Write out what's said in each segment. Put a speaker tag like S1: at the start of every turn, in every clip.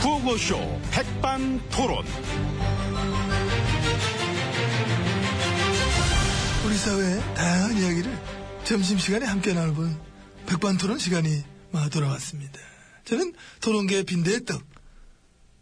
S1: 구호쇼 백반토론.
S2: 우리 사회의 다양한 이야기를 점심시간에 함께 나눠본 백반토론 시간이 막 돌아왔습니다. 저는 토론계의 빈대떡.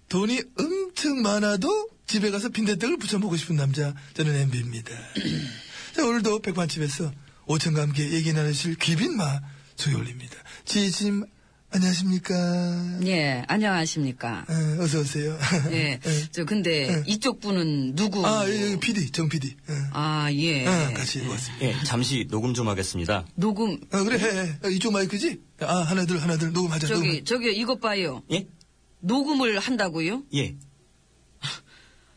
S2: 돈이 엄청 많아도 집에 가서 빈대떡을 부쳐먹고 싶은 남자 저는 MB입니다. 자, 오늘도 백반집에서 오천과 함께 얘기 나누실 귀빈마 소개올립니다. 지혜님 안녕하십니까?
S3: 예, 안녕하십니까.
S2: 어, 어서 오세요.
S3: 예,
S2: 예.
S3: 저 근데
S2: 예.
S3: 이쪽 분은 누구?
S2: 아, 여기 PD, 정 PD. 어,
S3: 아, 예.
S2: 어, 같이 왔습니다.
S4: 예, 잠시 녹음 좀 하겠습니다.
S3: 녹음
S2: 아, 그래, 해, 해. 어, 이쪽 마이크지? 아, 하나, 둘, 하나, 둘, 녹음하자.
S3: 저기 저기 이것 봐요.
S4: 예?
S3: 녹음을 한다고요?
S4: 예?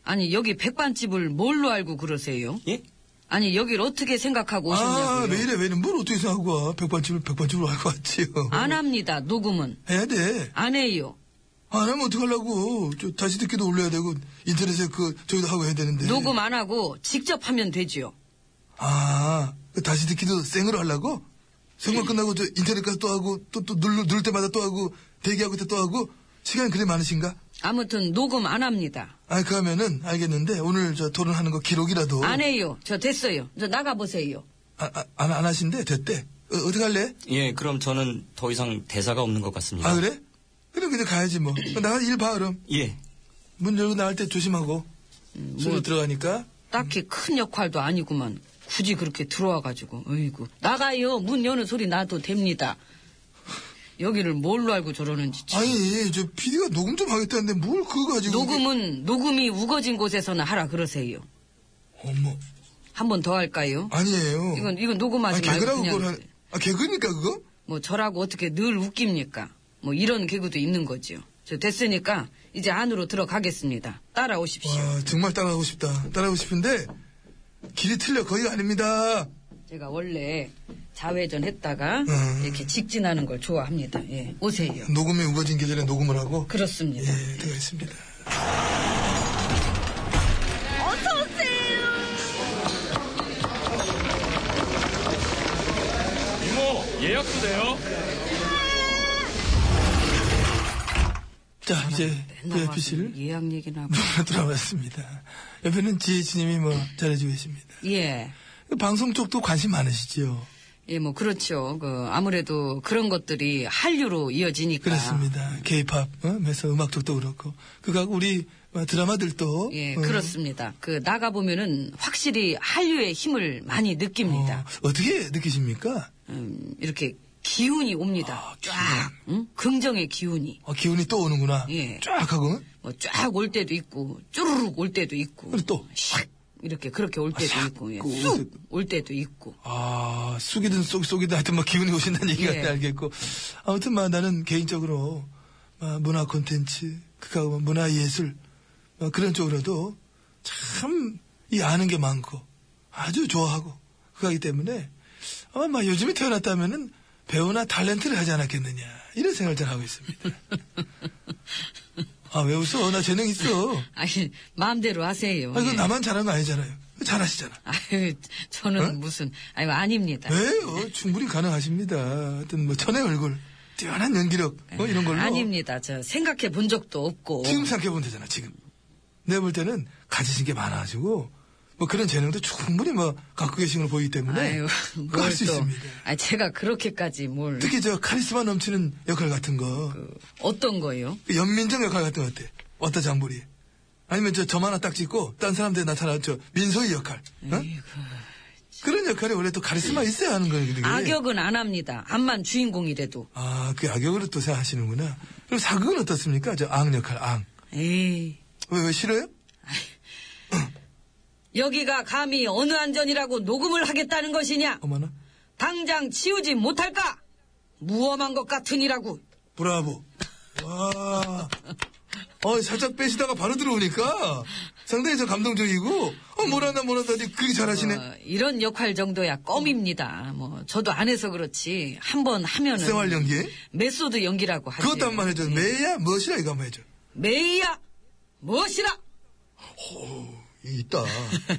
S3: 아니 여기 백반집을 뭘로 알고 그러세요?
S4: 예?
S3: 아니 여길 어떻게 생각하고 오셨냐고요?
S2: 아, 왜 이래, 왜 이래. 뭘 어떻게 생각하고 와. 백반집을, 백반집으로 알고 왔지요.
S3: 안 합니다. 녹음은
S2: 해야 돼.
S3: 안 해요.
S2: 안 하면 어떡하려고. 저, 다시 듣기도 올려야 되고, 인터넷에 그, 저기도 하고 해야 되는데.
S3: 녹음 안 하고 직접 하면 되지요.
S2: 아, 그 다시 듣기도 생으로 하려고? 생활
S3: 예.
S2: 끝나고 저 인터넷 가서 또 하고, 또, 또 눌러, 누를 때마다 또 하고, 대기하고 또 하고, 시간이 그리 많으신가?
S3: 아무튼 녹음 안 합니다.
S2: 아, 그 하면은, 알겠는데, 오늘 저 토론하는 거 기록이라도.
S3: 안 해요. 저 됐어요. 저 나가 보세요.
S2: 아, 아, 안, 안 하신대? 됐대. 어, 어떻게 할래?
S4: 예, 그럼 저는 더 이상 대사가 없는 것
S3: 예.
S4: 같습니다.
S2: 아 그래? 그럼 그냥 가야지 뭐. 나가 일 봐, 그럼.
S4: 예.
S2: 문 열고 나갈 때 조심하고. 소리
S3: 뭐-
S2: 들어가니까.
S3: 딱히 큰 역할도 아니구만. 굳이 그렇게 들어와가지고, 어이구. 나가요. 문 여는 소리 나도 됩니다. 여기를 뭘로 알고 저러는지. 참.
S2: 아니, 저 PD가 녹음 좀 하겠다는데 뭘 그거 가지고.
S3: 녹음은, 녹음이 우거진 곳에서는 하라 그러세요.
S2: 어머.
S3: 한 번 더 할까요?
S2: 아니에요.
S3: 이건, 이건 녹음하지
S2: 아니,
S3: 말고
S2: 개그라고
S3: 그냥,
S2: 그걸 하... 아, 개그니까 그거?
S3: 뭐 저라고 어떻게 늘 웃깁니까? 뭐 이런 개그도 있는 거지요. 저 됐으니까 이제 안으로 들어가겠습니다. 따라오십시오.
S2: 와, 정말 따라하고 싶다. 따라하고 싶은데, 길이 틀려. 거기가 아닙니다.
S3: 제가 원래 자회전 했다가
S2: 음.
S3: 이렇게 직진하는 걸 좋아합니다. 예, 오세요.
S2: 녹음이 우거진 계절에 녹음을 하고.
S3: 그렇습니다.
S2: 예, 들어있습니다.
S5: 이모 예약도 돼요?
S2: 자, 이제,
S3: 맨날
S2: VIP실.
S3: 와서 예약 얘기나 하고.
S2: 돌아왔습니다. 옆에는 지혜진님이 뭐, 잘해주고 계십니다.
S3: 예.
S2: 방송 쪽도 관심 많으시죠?
S3: 예, 뭐, 그렇죠. 그, 아무래도 그런 것들이 한류로 이어지니까. 아.
S2: 그렇습니다. 케이팝, 어? 면서 음악 쪽도 그렇고. 그거하고 우리 어, 드라마들도.
S3: 예,
S2: 어,
S3: 그렇습니다. 그, 나가보면은 확실히 한류의 힘을 많이 느낍니다.
S2: 어, 떻게 느끼십니까?
S3: 음, 이렇게 기운이 옵니다.
S2: 아,
S3: 쫙. 응? 긍정의 기운이.
S2: 어, 기운이 또 오는구나.
S3: 예.
S2: 쫙 하고.
S3: 뭐, 쫙 올 때도 있고, 쭈르륵 올 때도 있고.
S2: 그리고 또.
S3: 샥! 이렇게 그렇게 올 때도
S2: 샥!
S3: 있고, 예.
S2: 그
S3: 쑥! 올 때도 있고.
S2: 아, 쑥이든 쏙, 쏙이든 하여튼 막 기운이 오신다는 얘기 같아
S3: 예.
S2: 알겠고. 아무튼 막 나는 개인적으로 막 문화 콘텐츠, 그거하고 막 문화 예술, 막 그런 쪽으로도 참, 이 아는 게 많고 아주 좋아하고 그거기 때문에 아마 막 요즘에 태어났다면은 배우나 탤런트를 하지 않았겠느냐. 이런 생각을 잘 하고 있습니다. 아, 왜 웃어? 나 재능 있어.
S3: 아니, 마음대로 하세요.
S2: 아, 이거
S3: 예.
S2: 나만 잘하는 거 아니잖아요. 잘하시잖아.
S3: 아유, 저는
S2: 어? 네?
S3: 무슨, 아유, 아닙니다.
S2: 왜요? 어, 충분히 가능하십니다. 하여튼 뭐 천의 얼굴, 뛰어난 연기력 뭐 이런 걸로
S3: 아닙니다. 저 생각해 본 적도 없고.
S2: 지금 생각해보면 되잖아. 지금 내가 볼 때는 가지신 게 많아가지고 뭐 그런 재능도 충분히 뭐 갖고 계신 걸 보이기 때문에
S3: 아유,
S2: 그거
S3: 뭘
S2: 할수
S3: 또.
S2: 있습니다.
S3: 아, 제가 그렇게까지 뭘.
S2: 특히 저 카리스마 넘치는 역할 같은 거,
S3: 그 어떤 거예요?
S2: 그 연민정 역할 같은 거 어때? 왔다 장보리. 아니면 저 점 하나 딱 찍고 딴 사람들 나타나는 저 민소희 역할. 어? 그런 역할이 원래 또 카리스마 있어야 하는 거거든요.
S3: 그 예. 악역은 안 합니다. 암만 주인공이래도.
S2: 아, 그 악역으로 또 생각하시는구나. 그럼 사극은 어떻습니까? 저 앙 역할, 앙.
S3: 에이.
S2: 왜, 왜 싫어요?
S3: 여기가 감히 어느 안전이라고 녹음을 하겠다는 것이냐?
S2: 어머나.
S3: 당장 치우지 못할까? 무엄한 것 같으니라고.
S2: 브라보. 와. 어, 살짝 빼시다가 바로 들어오니까 상당히 저 감동적이고, 어, 뭐란다, 뭐란다. 하니 그게 잘하시네.
S3: 어, 이런 역할 정도야 껌입니다. 뭐 저도 안 해서 그렇지 한 번 하면은
S2: 생활 연기?
S3: 메소드 연기라고 하지.
S2: 그것도 한 번 해줘. 뭐 매야, 멋이라 이거 한 번 해줘.
S3: 메이야 무엇이라?
S2: 있다.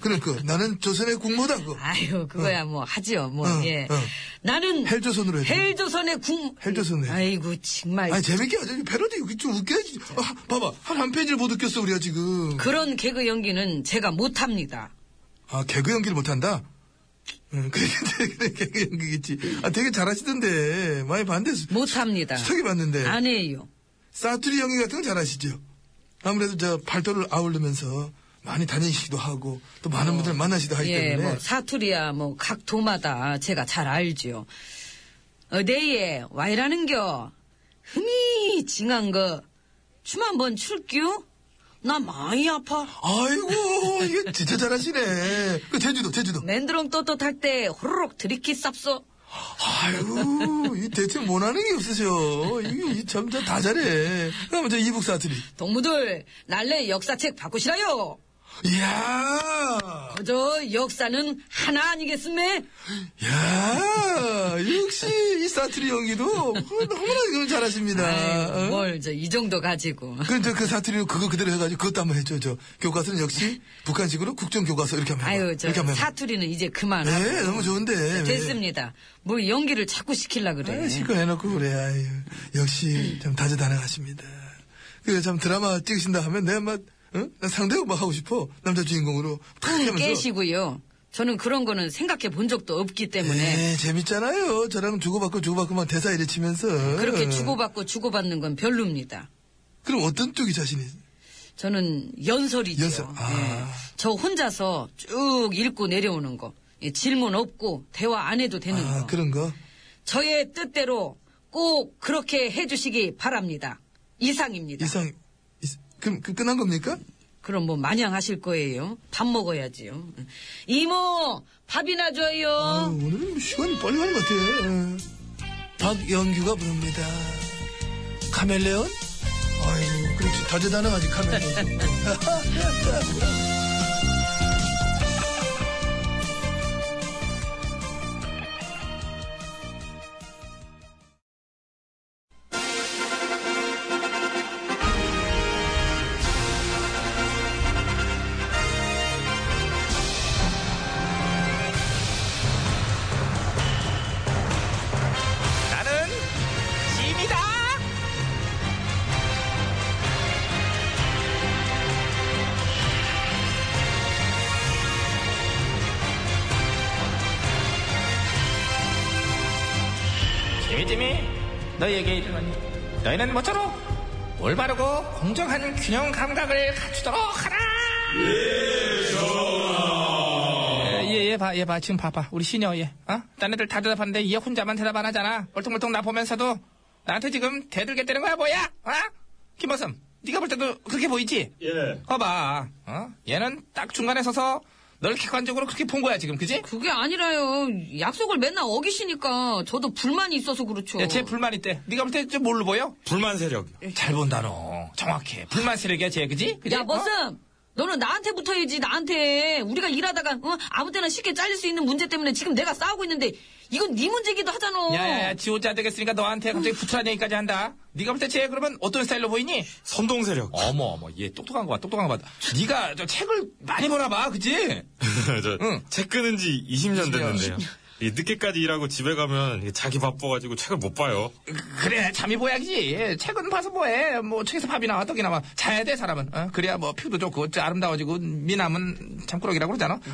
S2: 그러니까 나는 조선의 국모다고.
S3: 아유, 그거야, 뭐, 하지요, 뭐,
S2: 응,
S3: 예.
S2: 응.
S3: 나는.
S2: 헬조선으로 해야 돼.
S3: 헬조선의 궁.
S2: 헬조선으로 해야 돼.
S3: 아이고, 정말.
S2: 아니 재밌게 하자. 패러디 이거 좀 웃겨야지. 아, 봐봐 한 한 페이지를 못 웃겼어 우리가 지금.
S3: 그런 개그 연기는 제가 못합니다.
S2: 아 개그 연기를 못한다. 응, 그게 되게 개그 연기겠지. 아 되게 잘하시던데 많이 반대했어.
S3: 못합니다.
S2: 수탁이 봤는데
S3: 안 해요.
S2: 사투리 연기 같은 건 잘하시죠. 아무래도 저 발도를 아우르면서 많이 다니시기도 하고 또 많은 분들 만나시기도 하기
S3: 어. 예,
S2: 때문에.
S3: 뭐, 사투리야, 뭐, 각 도마다 제가 잘 알지요. 어데이에 와이라는 겨, 흠이 징한 거, 춤 한번 출기요? 나 많이 아파.
S2: 아이고 이거 진짜 잘하시네. 그 제주도 제주도.
S3: 맨드렁 떳떳할 때 호로록 들이키 쌉소.
S2: 아유, 이 대체 뭐 못하는 게 없으셔. 이게 점점 다 잘해. 그러면 저 이북 사투리.
S3: 동무들, 날래 역사책 바꾸시라요.
S2: 이야,
S3: 그저 역사는 하나 아니겠음에?
S2: 야, 역시 이 사투리 연기도 너무나 지금 잘하십니다. 어?
S3: 아이, 뭘, 저, 이 정도 가지고.
S2: 그럼 저그 사투리로 그거 그대로 해가지고 그것도 한번 해줘. 저 교과서는 역시 북한식으로 국정 교과서 이렇게 한번 해봐.
S3: 아유, 저,
S2: 이렇게 한번 해봐.
S3: 사투리는 이제 그만하고.
S2: 네, 너무 좋은데.
S3: 됐습니다. 뭐 연기를 자꾸 시킬라 그래.
S2: 아, 실컷 해놓고 그래. 아유, 역시 참 다재다능하십니다. 그래 참 드라마 찍으신다 하면 내가 막 응? 난 상대역 막 하고 싶어 남자 주인공으로 탁 하면서.
S3: 깨시고요. 저는 그런 거는 생각해 본 적도 없기 때문에
S2: 에 예, 재밌잖아요. 저랑 주고받고 주고받고 막 대사 이래 치면서. 어.
S3: 그렇게 주고받고 주고받는 건 별로입니다.
S2: 그럼 어떤 쪽이 자신이?
S3: 저는 연설이죠.
S2: 연설, 아.
S3: 예. 저 혼자서 쭉 읽고 내려오는 거. 예, 질문 없고 대화 안 해도 되는
S2: 아
S3: 거.
S2: 그런 거.
S3: 저의 뜻대로 꼭 그렇게 해주시기 바랍니다. 이상입니다.
S2: 이상. 이상- 그럼 그 끝난 겁니까?
S3: 그럼 뭐 마냥 하실 거예요. 밥 먹어야지요. 이모 밥이나 줘요.
S2: 아, 오늘은 시간이 빨리 가는 것 같아. 응. 박영규가 부릅니다. 카멜레온? 아이고, 그렇지. 다재다능하지, 카멜레온.
S1: 나는 짐이다.
S6: 지미지미 너희에게 이르노니 너희는 모쪼록 올바르고 공정한 균형 감각을 갖추도록 하라 예예예 봐 예 봐 지금 봐봐 우리 시녀 얘 어? 딴 애들 다 대답하는데 얘 혼자만 대답 안 하잖아 얼퉁얼퉁 나 보면서도 나한테 지금 대들겠다는 거야 뭐야 어? 김보섬 네가 볼 때도 그렇게 보이지?
S5: 예.
S6: 봐봐 어? 얘는 딱 중간에 서서 널 객관적으로 그렇게 본 거야 지금 그지?
S3: 그게 아니라요. 약속을 맨날 어기시니까 저도 불만이 있어서 그렇죠.
S6: 야, 쟤 네, 불만 있대 네가 볼 때 좀 뭘로 보여? 예.
S4: 불만 세력.
S6: 잘 본다 너 정확해 불만 세력이야 쟤 그지? 어? 그지?
S3: 야, 머슴! 너는 나한테 붙어야지, 나한테. 우리가 일하다가, 어? 아무 때나 쉽게 잘릴 수 있는 문제 때문에 지금 내가 싸우고 있는데, 이건 네 문제기도 하잖아.
S6: 야야야 지 혼자 안 되겠으니까 너한테 갑자기 붙으라는 얘기까지 한다 네가 볼 때 쟤 그러면 어떤 스타일로 보이니?
S4: 선동 세력.
S6: 어머 어머 얘 똑똑한 거 봐 똑똑한 거 봐 네가 저 책을 많이 보나 봐 그지?
S7: 저
S6: 응.
S7: 책 끊은 지 20년 됐는데요. 이게 늦게까지 일하고 집에 가면 이게 자기 바빠가지고 책을 못 봐요.
S6: 그래 잠이 보야지 책은 봐서 뭐해 뭐 책에서 밥이나 떡이나 막 자야 돼 사람은 어? 그래야 뭐 피부도 좋고 어째 아름다워지고 미남은 잠꾸러기라고 그러잖아 어.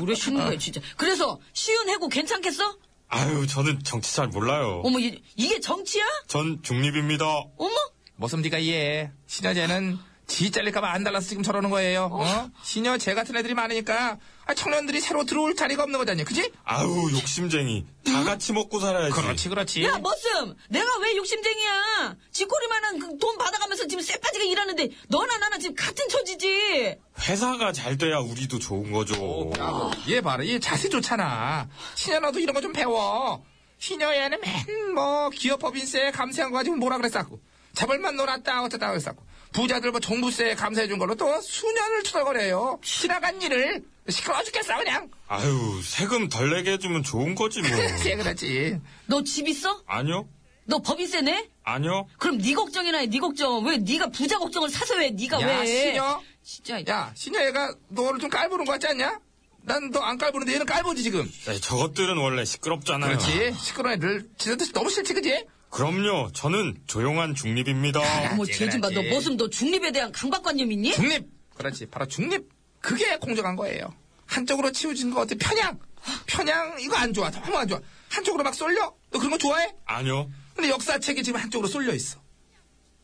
S3: 무슨 노래 쉬는 거야, 진짜. 그래서, 쉬운 해고 괜찮겠어?
S7: 아유, 저는 정치 잘 몰라요.
S3: 어머, 뭐, 이, 게 정치야?
S7: 전 중립입니다.
S3: 어머?
S6: 머슴 니가 이해해 신여제는 지 잘릴까봐 안 달라서 지금 저러는 거예요 어? 신여제 같은 애들이 많으니까 아, 청년들이 새로 들어올 자리가 없는 거잖아요 그지?
S7: 아유, 욕심쟁이. 다 같이 먹고 살아야지.
S6: 그렇지 그렇지
S3: 야, 머슴! 내가 왜 욕심쟁이야? 지꼬리만한 그돈 받아가면서 지금 쇠빠지게 일하는데, 너나 나나 지금 같은 처지지?
S7: 회사가 잘 돼야 우리도 좋은 거죠.
S6: 얘 봐라 얘 자세 좋잖아 신여 너도 이런 거 좀 배워 신여애는 맨뭐 기업법인세 감세한 거 가지고 뭐라 그랬었고 재벌만 놀았다 어쨌다 그랬었고 부자들 뭐 종부세 감세해준 걸로 또 수년을 투덜거려요 지나간 일을 시끄러워 죽겠어 그냥
S7: 아유, 세금 덜 내게 해주면 좋은 거지 뭐.
S6: 그렇지 그렇지
S3: 너 집 있어?
S7: 아니요?
S3: 너 법인세 내?
S7: 아니요.
S3: 그럼 네 걱정이나 해, 네 걱정. 왜 네가 부자 걱정을 사서 왜 네가
S6: 야,
S3: 왜?
S6: 신여.
S3: 진짜.
S6: 야, 신여 얘가 너를 좀 깔보는 것 같지 않냐? 난 너 안 깔보는데 얘는 깔보지 지금.
S7: 네, 저것들은 원래 시끄럽잖아요.
S6: 그렇지. 시끄러운 애들 지들 너무 싫지 그지?
S7: 그럼요. 저는 조용한 중립입니다.
S3: 어머
S6: 그래야지,
S3: 쟤좀 봐. 너
S6: 그래야지.
S3: 무슨 너 중립에 대한 강박관념 있니?
S6: 중립. 그렇지. 바로 중립. 그게 공정한 거예요. 한쪽으로 치우친 거 어때? 편향. 편향 이거 안 좋아. 너무 안 좋아. 한쪽으로 막 쏠려. 너 그런 거 좋아해?
S7: 아니요.
S6: 근데 역사책이 지금 한쪽으로 쏠려 있어.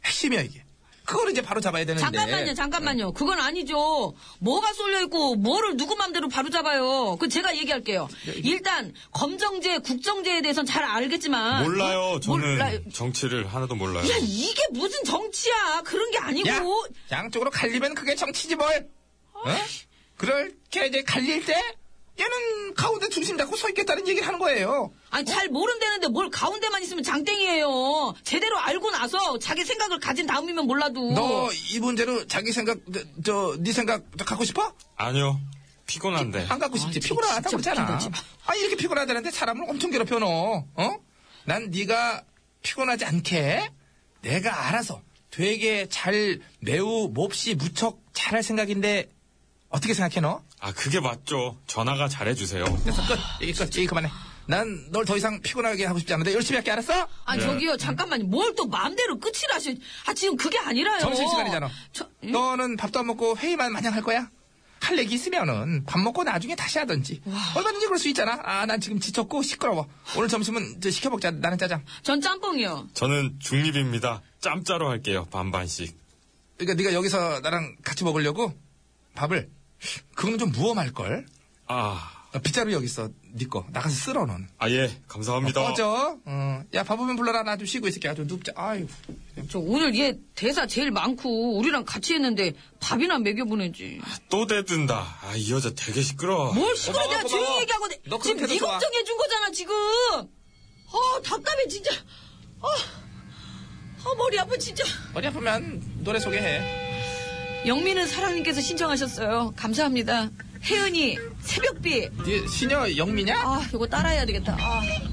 S6: 핵심이야 이게. 그걸 이제 바로 잡아야 되는데.
S3: 잠깐만요, 잠깐만요. 그건 아니죠. 뭐가 쏠려 있고 뭐를 누구 맘대로 바로 잡아요. 그 제가 얘기할게요.
S6: 네,
S3: 일단 검정제, 국정제에 대해서는 잘 알겠지만
S7: 몰라요.
S3: 어?
S7: 저는
S3: 몰라요.
S7: 정치를 하나도 몰라요.
S3: 야 이게 무슨 정치야? 그런 게 아니고.
S6: 야, 양쪽으로 갈리면 그게 정치지 뭘. 어? 그렇게 이제 갈릴 때 얘는 가운데 중심 잡고 서 있겠다는 얘기를 하는 거예요.
S3: 아니 잘 모른다는데 뭘 가운데만 있으면 장땡이에요. 제대로 알고 나서 자기 생각을 가진 다음이면 몰라도.
S6: 너 이 문제로 자기 생각, 저, 네 생각 갖고 싶어?
S7: 아니요. 피곤한데.
S6: 안 갖고 싶지.
S3: 아,
S6: 피곤하다
S3: 진짜
S6: 그러잖아.
S3: 웃긴다, 진짜.
S6: 아 이렇게 피곤하다는데 사람을 엄청 괴롭혀 너. 어? 난 네가 피곤하지 않게 내가 알아서 되게 잘 매우 몹시 무척 잘할 생각인데 어떻게 생각해 너?
S7: 아, 그게 맞죠. 전화가 잘해주세요.
S6: 그래서 끝. 얘기 끝. 얘기 그만해. 난 널 더 이상 피곤하게 하고 싶지 않은데 열심히 할게 알았어?
S3: 아니 저기요 잠깐만요. 뭘 또 마음대로 끝이라시? 아 지금 그게 아니라요.
S6: 점심시간이잖아.
S3: 어, 저- 음?
S6: 너는 밥도 안 먹고 회의만 마냥 할 거야? 할 얘기 있으면은 밥 먹고 나중에 다시 하든지. 얼마든지 그럴 수 있잖아. 아, 난 지금 지쳤고 시끄러워. 오늘 점심은 이제 시켜먹자. 나는 짜장.
S3: 전 짬뽕이요.
S7: 저는 중립입니다. 짬짜로 할게요. 반반씩.
S6: 그러니까 네가 여기서 나랑 같이 먹으려고 밥을 그거는 좀 무엄할 걸.
S7: 아,
S6: 빗자루 여기 있어. 네 거. 나가서 쓸어 넌.
S7: 아, 예. 감사합니다.
S6: 꺼져. 어. 야, 밥 오면 불러라. 나 좀 쉬고 있을게. 아주 눕자. 아유.
S3: 저 오늘 얘 대사 제일 많고 우리랑 같이 했는데 밥이나 먹여보내지.
S7: 또 대든다. 아, 이 여자 되게 시끄러워.
S3: 뭘 시끄러?
S6: 고마워,
S3: 내가
S6: 고마워.
S3: 조용히 얘기하고 내-
S6: 아, 너
S3: 지금
S6: 그렇게
S3: 네
S6: 해도 좋아.
S3: 걱정해준 거잖아 지금. 어 답답해 진짜. 어, 어 머리 아파 진짜.
S6: 머리 아프면 노래 소개해.
S3: 영민은 사랑님께서 신청하셨어요. 감사합니다. 혜은이 새벽비.
S6: 네 시녀 영미냐?
S3: 아 이거 따라해야 되겠다. 아.